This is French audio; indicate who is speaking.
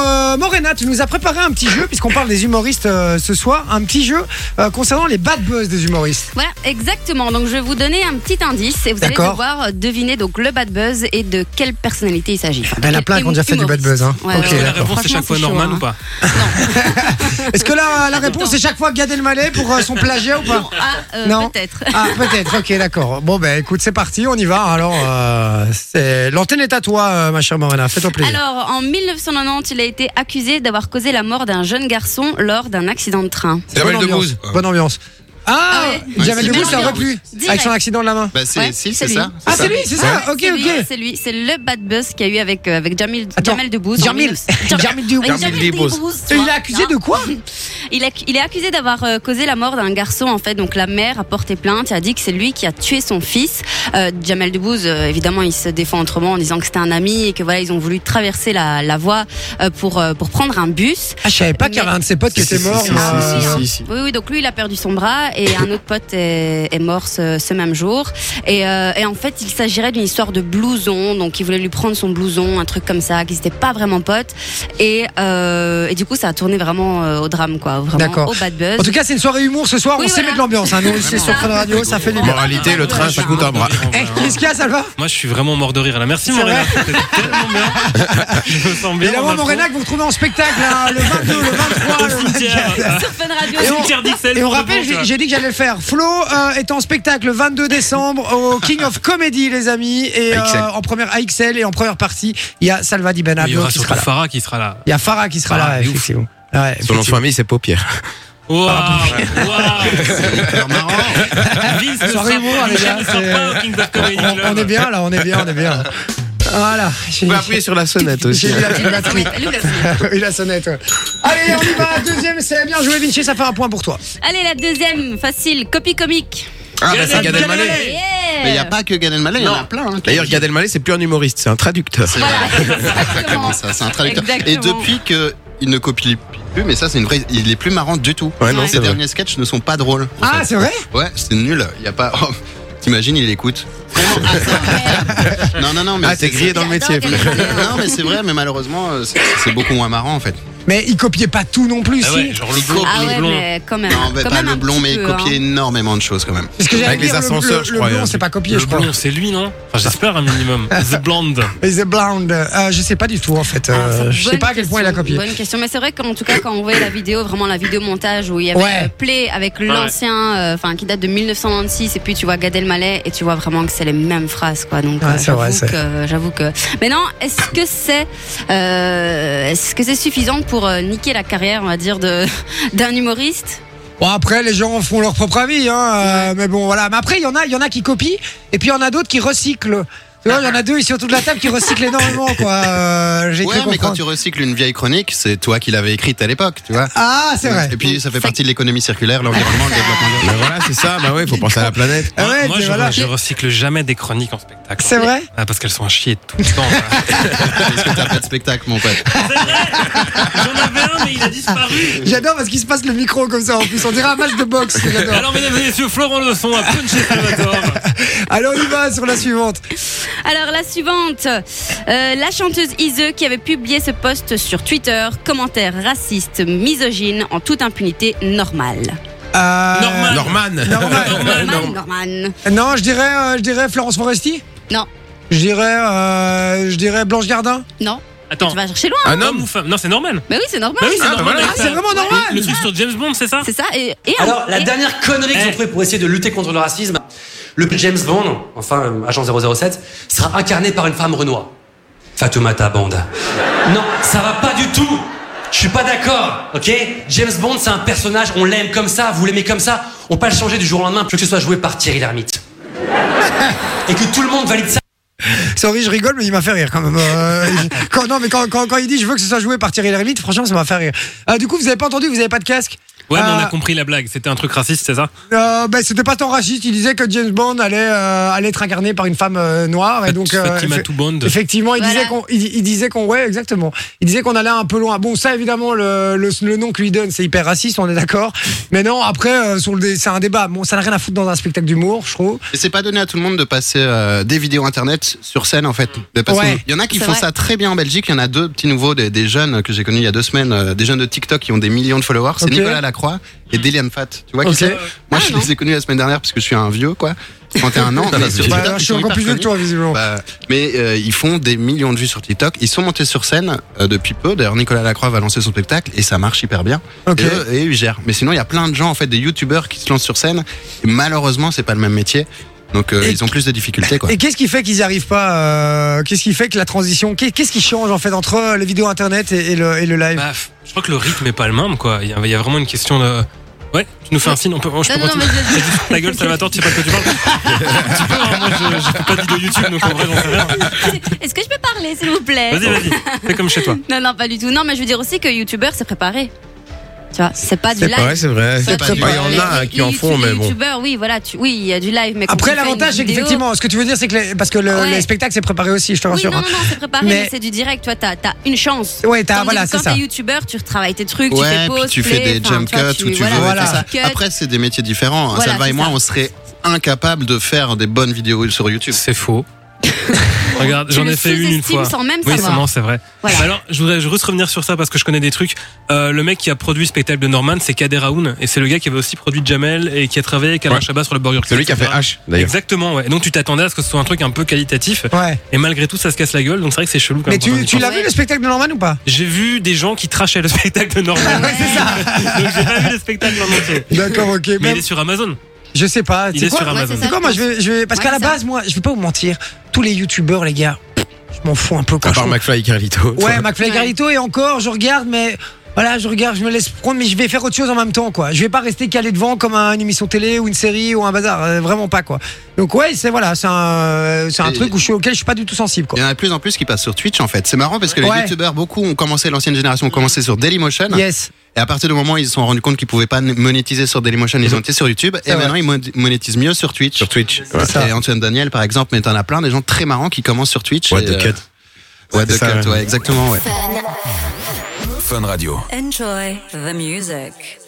Speaker 1: Euh, Morena, tu nous as préparé un petit jeu, puisqu'on parle des humoristes euh, ce soir, un petit jeu euh, concernant les bad buzz des humoristes.
Speaker 2: Voilà, exactement. Donc je vais vous donner un petit indice et vous allez
Speaker 1: D'accord.
Speaker 2: devoir deviner donc le bad buzz et de quelle personnalité il s'agit.
Speaker 1: Ah ben, Il y en a plein qui ont déjà fait du bad buzz, hein.
Speaker 2: Ouais,
Speaker 1: Ok,
Speaker 2: ouais,
Speaker 1: d'accord.
Speaker 2: ouais.
Speaker 3: La réponse c'est
Speaker 2: Franchement,
Speaker 3: chaque fois
Speaker 2: c'est chaud,
Speaker 3: Norman
Speaker 2: hein.
Speaker 3: ou pas
Speaker 1: Est-ce que la, la réponse est chaque fois Gad Elmaleh pour euh, son plagiat ou pas
Speaker 2: Ah, euh,
Speaker 1: Non.
Speaker 2: peut-être.
Speaker 1: Ah, peut-être, ok, d'accord. Bon, ben écoute, c'est parti, on y va. Alors, euh, c'est- l'antenne est à toi, euh, ma chère Morena, fais-toi plaisir.
Speaker 2: Alors, en 1990, il a été accusé d'avoir causé la mort d'un jeune garçon lors d'un accident de train.
Speaker 1: C'est bonne
Speaker 4: Jamel
Speaker 1: ambiance,
Speaker 4: Debbouze.
Speaker 1: Bonne ambiance. Ah,
Speaker 2: Ah ouais.
Speaker 1: Jamel
Speaker 4: Ouais,
Speaker 1: Debbouze,
Speaker 4: c'est
Speaker 1: ça aurait
Speaker 2: bien.
Speaker 1: plu.
Speaker 2: Direct.
Speaker 1: Avec son accident de la main.
Speaker 4: Bah, c'est,
Speaker 2: Ouais,
Speaker 4: si,
Speaker 2: c'est lui.
Speaker 4: c'est ça.
Speaker 1: Ah,
Speaker 4: ça.
Speaker 1: c'est lui, c'est ça Ok,
Speaker 2: c'est lui,
Speaker 1: ok.
Speaker 2: c'est lui, c'est le bad buzz qu'il y a eu avec, euh, avec Jamil,
Speaker 1: Attends,
Speaker 2: Jamel Debbouze. en
Speaker 1: Jamil.
Speaker 2: 19- Jam-
Speaker 1: Jamil Debbouze.
Speaker 2: Jamil
Speaker 3: Jamil Debbouze.
Speaker 2: Debbouze, tu
Speaker 1: Et Il
Speaker 2: vois.
Speaker 1: a accusé de quoi
Speaker 2: Il, accu- il est accusé d'avoir euh, causé la mort d'un garçon. En fait, donc la mère a porté plainte et a dit que c'est lui qui a tué son fils. Euh, Jamel Debbouze, euh, évidemment, il se défend autrement en disant que c'était un ami et que voilà, ils ont voulu traverser la, la voie euh, pour euh, pour prendre un bus.
Speaker 1: Ah, je savais pas qu'il y avait un de ses potes qui
Speaker 4: Si, si,
Speaker 1: était
Speaker 4: si,
Speaker 1: mort.
Speaker 4: si,
Speaker 1: mais,
Speaker 4: si,
Speaker 1: euh,
Speaker 4: si, si, si.
Speaker 2: Oui, oui. Donc lui, il a perdu son bras et un autre pote est, est mort ce, ce même jour. Et, euh, et en fait, il s'agirait d'une histoire de blouson. Donc il voulait lui prendre son blouson, un truc comme ça, qu'ils n'étaient pas vraiment potes. Et, euh, et du coup, ça a tourné vraiment euh, au drame, quoi. Vraiment
Speaker 1: D'accord.
Speaker 2: au bad buzz.
Speaker 1: En tout cas, c'est une soirée humour ce soir.
Speaker 2: Oui,
Speaker 1: on sait
Speaker 2: voilà.
Speaker 1: mettre l'ambiance. Hein. Nous, c'est sur Fun Radio, ça fait du bien.
Speaker 4: Moralité, le train, ça coûte un bras.
Speaker 1: Eh, qu'est-ce qu'il y a, ça va
Speaker 3: Moi je suis vraiment mort de rire là.
Speaker 1: C'est
Speaker 3: Merci Morena. C'était tellement bien. Je me sens bien.
Speaker 1: Évidemment,
Speaker 3: dans le fond.
Speaker 1: Morena, que vous retrouvez en spectacle hein, le 22, le 23,
Speaker 3: Au
Speaker 1: le
Speaker 3: cimetière. Ah,
Speaker 2: Sur Fun Radio.
Speaker 3: au
Speaker 1: on-
Speaker 3: cimetière d'Ixelles,
Speaker 1: Et on
Speaker 3: pour de
Speaker 1: rappelle,
Speaker 3: bon, tu
Speaker 1: j'ai
Speaker 3: vois.
Speaker 1: j'ai dit que j'allais le faire. Flo euh, est en spectacle le 22 décembre au King of Comedy, les amis. Et euh,
Speaker 4: AXL.
Speaker 1: en première AXL et en première partie, il y a Salvadi Ben
Speaker 3: Il y
Speaker 1: Abdo
Speaker 3: aura
Speaker 1: qui sera
Speaker 3: surtout
Speaker 1: là.
Speaker 3: Farah qui sera là.
Speaker 1: Il y a Farah qui sera là,
Speaker 3: Farah, de ouf.
Speaker 1: effectivement. Ouais,
Speaker 4: Son nom de
Speaker 1: effectivement.
Speaker 4: famille, c'est Paupière.
Speaker 3: Waouh Waouh
Speaker 4: marrant.
Speaker 3: Vince ne sera
Speaker 1: Soirée humour,
Speaker 3: pas-
Speaker 1: les gars,
Speaker 3: Michel ne sera
Speaker 1: c'est-
Speaker 3: pas au King of Comedy
Speaker 1: on,
Speaker 3: Club.
Speaker 1: on est bien là, on est bien, on est bien. Voilà. J'ai-
Speaker 4: On peut appuyer sur la sonnette
Speaker 1: J'ai
Speaker 4: aussi.
Speaker 5: Ah,
Speaker 1: vu la petite batterie.
Speaker 2: Elle est- elle est où, la sonnette
Speaker 1: Oui, la sonnette. ouais. Allez, on y va. Deuxième, c'est bien joué, Vinci. Ça fait un point pour toi.
Speaker 2: Allez, la deuxième, facile, copie comique.
Speaker 4: Ah,
Speaker 3: Gad
Speaker 4: bah, c'est Gad
Speaker 3: Elmaleh.
Speaker 4: Elmaleh.
Speaker 2: Yeah
Speaker 5: Mais il n'y a pas que Gad Elmaleh, il y en a plein. hein, qui-
Speaker 4: D'ailleurs, Gad Elmaleh, c'est plus un humoriste, c'est un traducteur.
Speaker 2: Voilà, exactement.
Speaker 5: Exactement, ça, c'est un traducteur.
Speaker 2: Exactement.
Speaker 5: Et depuis que il ne copie plus, mais ça c'est une vraie, il est plus marrant du tout.
Speaker 4: Ouais, non,
Speaker 2: Ouais.
Speaker 4: c'est
Speaker 5: Ses
Speaker 4: vrai.
Speaker 5: derniers sketchs ne sont pas drôles. en
Speaker 1: Ah,
Speaker 5: fait.
Speaker 1: c'est vrai
Speaker 5: ouais, c'est nul. Il y a pas. oh, T'imagines, il écoute. non, non, non, mais
Speaker 4: Ah, t'es grillé dans le métier.
Speaker 2: J'adore
Speaker 4: frère.
Speaker 2: Gad Elmaleh.
Speaker 5: Non, mais c'est vrai, mais malheureusement, euh, c'est c'est beaucoup moins marrant en fait.
Speaker 1: Mais il copiait pas tout non plus.
Speaker 3: Ah
Speaker 1: si.
Speaker 3: ouais, genre le blond,
Speaker 2: Ah
Speaker 3: le
Speaker 2: ouais,
Speaker 3: blond.
Speaker 2: mais quand même.
Speaker 5: Non, mais
Speaker 2: quand
Speaker 5: pas
Speaker 2: même
Speaker 5: le
Speaker 2: un
Speaker 5: blond,
Speaker 2: petit
Speaker 5: mais
Speaker 2: peu,
Speaker 5: copier
Speaker 2: hein.
Speaker 5: énormément de choses quand même.
Speaker 1: Parce que j'allais
Speaker 4: Avec les
Speaker 1: dire, le
Speaker 4: ascenseurs,
Speaker 1: bleu-
Speaker 4: je
Speaker 1: le
Speaker 4: crois,
Speaker 1: blond,
Speaker 4: euh,
Speaker 1: c'est pas copié,
Speaker 3: Le
Speaker 1: je crois.
Speaker 3: blond, c'est lui, non Enfin, j'espère un minimum. The Blonde.
Speaker 1: Et The Blonde. euh, je sais pas du tout, en fait.
Speaker 2: Ah,
Speaker 1: euh,
Speaker 2: c'est
Speaker 1: je sais
Speaker 2: bonne
Speaker 1: pas à quel point il a
Speaker 2: question,
Speaker 1: copié.
Speaker 2: Bonne question, mais c'est vrai qu'en tout cas, quand on voyait la vidéo, vraiment la vidéo montage où il y avait
Speaker 1: Ouais.
Speaker 2: euh, Play avec l'ancien, euh, enfin qui date de 1996, et puis tu vois Gad Elmaleh et tu vois vraiment que c'est les mêmes phrases, quoi. Donc
Speaker 1: Ouais,
Speaker 2: euh,
Speaker 1: c'est vrai,
Speaker 2: j'avoue
Speaker 1: c'est-
Speaker 2: que, j'avoue que. Mais non, est-ce que c'est, euh, est-ce que c'est suffisant pour euh, niquer la carrière, on va dire, de d'un humoriste
Speaker 1: Bon, après, les gens font leur propre avis, hein. euh, mais bon, voilà. Mais après, il y en a, il y en a qui copient, et puis il y en a d'autres qui recyclent. Tu vois, il y en a deux ici autour de la table qui recyclent énormément, quoi. Euh, J'ai
Speaker 5: Ouais,
Speaker 1: cru
Speaker 5: mais quand
Speaker 1: comprendre.
Speaker 5: tu recycles une vieille chronique, c'est toi qui l'avais écrite à l'époque, tu vois.
Speaker 1: Ah, c'est vrai.
Speaker 5: Et puis ça fait
Speaker 2: Ça-
Speaker 5: partie de l'économie circulaire, l'environnement, le développement durable.
Speaker 4: Mais voilà, c'est ça. Bah ouais, faut penser à la planète.
Speaker 1: Ah ouais,
Speaker 3: Moi,
Speaker 1: t'es-
Speaker 3: je,
Speaker 1: voilà.
Speaker 3: je recycle jamais des chroniques en spectacle.
Speaker 1: C'est vrai
Speaker 3: Ah, parce qu'elles sont à chier tout le temps.
Speaker 5: Est-ce que t'as pas de spectacle, mon pote
Speaker 3: J'en avais un, mais il a disparu.
Speaker 1: J'adore parce qu'il se passe le micro comme ça en plus. On dirait un match de boxe. J'adore.
Speaker 3: Alors, mesdames et messieurs, Florent Leçon a punché Salvatore.
Speaker 1: Allez, on y va sur la suivante.
Speaker 2: Alors la suivante, Euh, la chanteuse Ise qui avait publié ce post sur Twitter, commentaire raciste, misogyne, en toute impunité normale.
Speaker 1: Euh,
Speaker 3: Normal.
Speaker 4: Norman.
Speaker 1: Norman.
Speaker 3: Norman.
Speaker 2: Norman, Norman.
Speaker 1: Non, je dirais, euh, je dirais Florence Foresti.
Speaker 2: Non.
Speaker 1: Je dirais, euh, je dirais Blanche Gardin.
Speaker 2: Non,
Speaker 3: Attends,
Speaker 2: tu vas chercher loin.
Speaker 4: Un
Speaker 3: homme
Speaker 4: homme.
Speaker 3: ou femme hein. Non, c'est normal.
Speaker 2: Mais oui, c'est normal.
Speaker 3: Oh. Bah oui, c'est
Speaker 4: Ah, bah
Speaker 3: normal.
Speaker 4: voilà.
Speaker 3: avec
Speaker 1: Ah, c'est
Speaker 3: ça.
Speaker 1: vraiment normal.
Speaker 3: Le truc sur James Bond, c'est ça
Speaker 2: C'est ça. Et, et
Speaker 6: Alors, la
Speaker 2: et-
Speaker 6: dernière connerie qu'ils
Speaker 3: Eh.
Speaker 6: ont trouvée pour essayer de lutter contre le racisme, le James Bond, enfin euh, agent 007, sera incarné par une femme renois. Fatoumata Bond. Non, ça va pas du tout Je suis pas d'accord, ok James Bond, c'est un personnage, on l'aime comme ça, vous l'aimez comme ça, on peut pas le changer du jour au lendemain, je veux que ce soit joué par Thierry Lhermitte. Et que tout le monde valide ça.
Speaker 1: Sorry, je rigole, mais il m'a fait rire quand même. Euh, Euh, quand, non, mais quand, quand, quand il dit je veux que ce soit joué par Thierry Lhermitte, franchement, ça m'a fait rire. Ah, du coup, vous avez pas entendu, vous avez pas de casque
Speaker 3: Ouais, mais on a
Speaker 1: Euh,
Speaker 3: compris la blague. C'était un truc raciste, c'est ça
Speaker 1: Euh, ben, c'était pas tant raciste. Il disait que James Bond allait, euh, allait être incarné par une femme euh, noire. Et donc, euh,
Speaker 3: Fatima
Speaker 1: effe-
Speaker 3: tout Bond.
Speaker 1: effectivement, il
Speaker 2: Voilà.
Speaker 1: disait qu'on, il, il disait qu'on, ouais, exactement. Il disait qu'on allait un peu loin. Bon, ça, évidemment, le, le, le nom que lui donne, c'est hyper raciste, on est d'accord. Mais non, après, euh, sur le, dé- c'est un débat. Bon, ça n'a rien à foutre dans un spectacle d'humour, je trouve.
Speaker 5: Et c'est pas donné à tout le monde de passer euh, des vidéos internet sur scène en fait. De passer-
Speaker 1: Ouais.
Speaker 5: Il y en a qui
Speaker 2: C'est
Speaker 5: font
Speaker 2: vrai.
Speaker 5: ça très bien en Belgique. Il y en a deux petits nouveaux, des, des jeunes que j'ai connus il y a deux semaines, euh, des jeunes de TikTok qui ont des millions de followers. C'est
Speaker 1: Ok.
Speaker 5: Nicolas Lacroix et Delian Fat. Tu vois qui
Speaker 1: Ok.
Speaker 5: c'est Moi
Speaker 2: Ah,
Speaker 5: je
Speaker 2: non.
Speaker 5: les ai connus la semaine dernière parce que je suis un vieux quoi, 31 ans. mais sur
Speaker 1: Bah,
Speaker 5: TikTok,
Speaker 1: je
Speaker 5: ils
Speaker 1: suis
Speaker 5: sont
Speaker 1: encore
Speaker 5: hyper
Speaker 1: plus vieux que
Speaker 5: connus.
Speaker 1: toi, visiblement.
Speaker 5: Bah, mais euh, ils font des millions de vues sur TikTok. Ils sont montés sur scène euh, depuis peu. D'ailleurs, Nicolas Lacroix va lancer son spectacle et ça marche hyper bien.
Speaker 1: Ok.
Speaker 5: Et, eux, et eux, ils gèrent. Mais sinon, il y a plein de gens, en fait, des youtubeurs qui se lancent sur scène. Et malheureusement, c'est pas le même métier. Donc, euh,
Speaker 1: Et-
Speaker 5: ils ont plus de difficultés, quoi.
Speaker 1: Et qu'est-ce qui fait qu'ils n'y arrivent pas euh, Qu'est-ce qui fait que la transition Qu'est- Qu'est-ce qui change en fait entre euh, les vidéos internet et, et le, et le live
Speaker 3: Bah, f- je crois que le rythme est pas le même, quoi. Il y a, il y a vraiment une question de. Ouais, tu nous fais un signe, on peut, oh, je peux
Speaker 2: Non, non,
Speaker 3: continuer.
Speaker 2: mais je-
Speaker 3: Ta gueule, Salvatore, tu sais pas de quoi tu parles Tu peux, hein, moi je, je fais pas de vidéo YouTube, donc en vrai, j'en sais rien.
Speaker 2: Est-ce que je peux parler, s'il vous plaît
Speaker 3: Vas-y, vas-y, fais comme chez toi.
Speaker 2: Non, non, pas du tout. Non, mais je veux dire aussi que YouTubeur, c'est préparé. Tu vois, c'est pas du live.
Speaker 4: vrai, c'est vrai.
Speaker 2: Toi, tu
Speaker 4: Il
Speaker 2: vois,
Speaker 4: y en
Speaker 2: les-
Speaker 4: a hein,
Speaker 2: les
Speaker 4: qui en font,
Speaker 2: YouTube-
Speaker 4: mais bon.
Speaker 2: YouTubeurs, oui, voilà, tu- oui, il y a du live, mais quand
Speaker 1: Après,
Speaker 2: tu fais une
Speaker 1: l'avantage, c'est
Speaker 2: vidéo-
Speaker 1: qu'effectivement, ce que tu veux dire, c'est que les- parce que le,
Speaker 2: Ouais.
Speaker 1: les spectacles, c'est préparé aussi, je te
Speaker 2: Oui,
Speaker 1: rassure.
Speaker 2: non, non, non, c'est préparé,
Speaker 1: hein. Mais-
Speaker 2: mais, c'est du direct. Toi, t'as as une chance.
Speaker 1: Ouais, t'as-
Speaker 2: Tandis
Speaker 1: voilà,
Speaker 2: que
Speaker 1: c'est
Speaker 2: quand
Speaker 1: ça.
Speaker 2: t'es youtubeur, tu retravailles tes trucs,
Speaker 5: Ouais,
Speaker 2: tu fais
Speaker 5: puis
Speaker 2: pause,
Speaker 5: tu fais
Speaker 2: play,
Speaker 5: des
Speaker 2: enfin,
Speaker 5: jump
Speaker 2: tu vois,
Speaker 5: cuts où tu veux.
Speaker 2: voilà,
Speaker 1: voilà.
Speaker 5: et tout ça.
Speaker 2: cut.
Speaker 5: Après, c'est des métiers différents. Hein,
Speaker 2: Voilà,
Speaker 5: Salva et
Speaker 2: c'est
Speaker 5: moi,
Speaker 2: ça.
Speaker 5: on serait incapables de faire des bonnes vidéos sur YouTube.
Speaker 3: C'est faux. Regarde,
Speaker 2: Tu
Speaker 3: j'en
Speaker 2: le
Speaker 3: ai fait une une
Speaker 2: sous-estimes
Speaker 3: fois.
Speaker 2: sans même
Speaker 3: Oui, c'est
Speaker 2: savoir.
Speaker 3: non, c'est vrai.
Speaker 2: Voilà.
Speaker 3: Alors, je voudrais juste revenir sur ça parce que je connais des trucs. Euh, le mec qui a produit le spectacle de Norman, c'est Kader Aoun, et c'est le gars qui avait aussi produit Jamel et qui a travaillé avec Alain
Speaker 4: Ouais.
Speaker 3: Chabat sur le Burger King.
Speaker 4: Celui qui a fait
Speaker 3: etc.
Speaker 4: H, d'ailleurs.
Speaker 3: Exactement, ouais. Et Donc tu t'attendais à ce que ce soit un truc un peu qualitatif,
Speaker 1: Ouais.
Speaker 3: et malgré tout, ça se casse la gueule, donc c'est vrai que c'est chelou quand
Speaker 1: Mais
Speaker 3: même. quand on
Speaker 1: tu,
Speaker 3: y
Speaker 1: tu
Speaker 3: pense.
Speaker 1: l'as vu le spectacle de Norman ou pas
Speaker 3: J'ai vu des gens qui trachaient le spectacle de Norman.
Speaker 2: Ouais, c'est ça.
Speaker 3: donc j'ai pas vu le spectacle en entier.
Speaker 1: D'accord, ok.
Speaker 3: Mais
Speaker 1: Même-
Speaker 3: il est sur Amazon.
Speaker 1: Je sais pas.
Speaker 3: Il
Speaker 1: c'est
Speaker 3: est
Speaker 1: quoi
Speaker 3: sur
Speaker 2: Ouais, c'est
Speaker 3: Amazon.
Speaker 2: ça.
Speaker 1: C'est quoi Moi, je vais, je vais- parce
Speaker 2: Ouais,
Speaker 1: qu'à la
Speaker 2: c'est ça.
Speaker 1: base, moi, je vais pas vous mentir. Tous les youtubeurs, les gars, je m'en fous un peu quand
Speaker 4: À
Speaker 1: je
Speaker 4: part McFly et Carlito.
Speaker 1: Ouais, McFly
Speaker 2: Ouais.
Speaker 1: Carlito et encore, je regarde, mais voilà, je regarde, je me laisse prendre, mais je vais faire autre chose en même temps, quoi. Je vais pas rester calé devant comme un- une émission télé ou une série ou un bazar, euh, vraiment pas, quoi. Donc ouais, c'est voilà, c'est un, c'est un
Speaker 5: Et-
Speaker 1: truc où je suis auquel je suis pas du tout sensible, quoi.
Speaker 5: Il y en a de plus en plus qui passent sur Twitch, en fait. C'est marrant parce que
Speaker 1: Ouais.
Speaker 5: les youtubeurs, beaucoup ont commencé, l'ancienne génération ont commencé sur Dailymotion.
Speaker 1: Yes.
Speaker 5: Et à partir du moment où ils se sont rendus compte qu'ils pouvaient pas monétiser sur Dailymotion, ils ont été sur YouTube. Et
Speaker 1: C'est vrai.
Speaker 5: maintenant, ils mon- monétisent mieux sur Twitch.
Speaker 4: Sur Twitch.
Speaker 1: C'est ça.
Speaker 5: Et Antoine Daniel, par exemple, mais t'en as plein des gens très marrants qui commencent sur Twitch.
Speaker 4: What
Speaker 5: et,
Speaker 4: the
Speaker 5: euh,
Speaker 4: cut.
Speaker 5: What the
Speaker 4: C'est ça,
Speaker 5: cut,
Speaker 4: ouais.
Speaker 5: ouais, exactement, ouais.
Speaker 7: Fun Radio.
Speaker 8: Enjoy the music.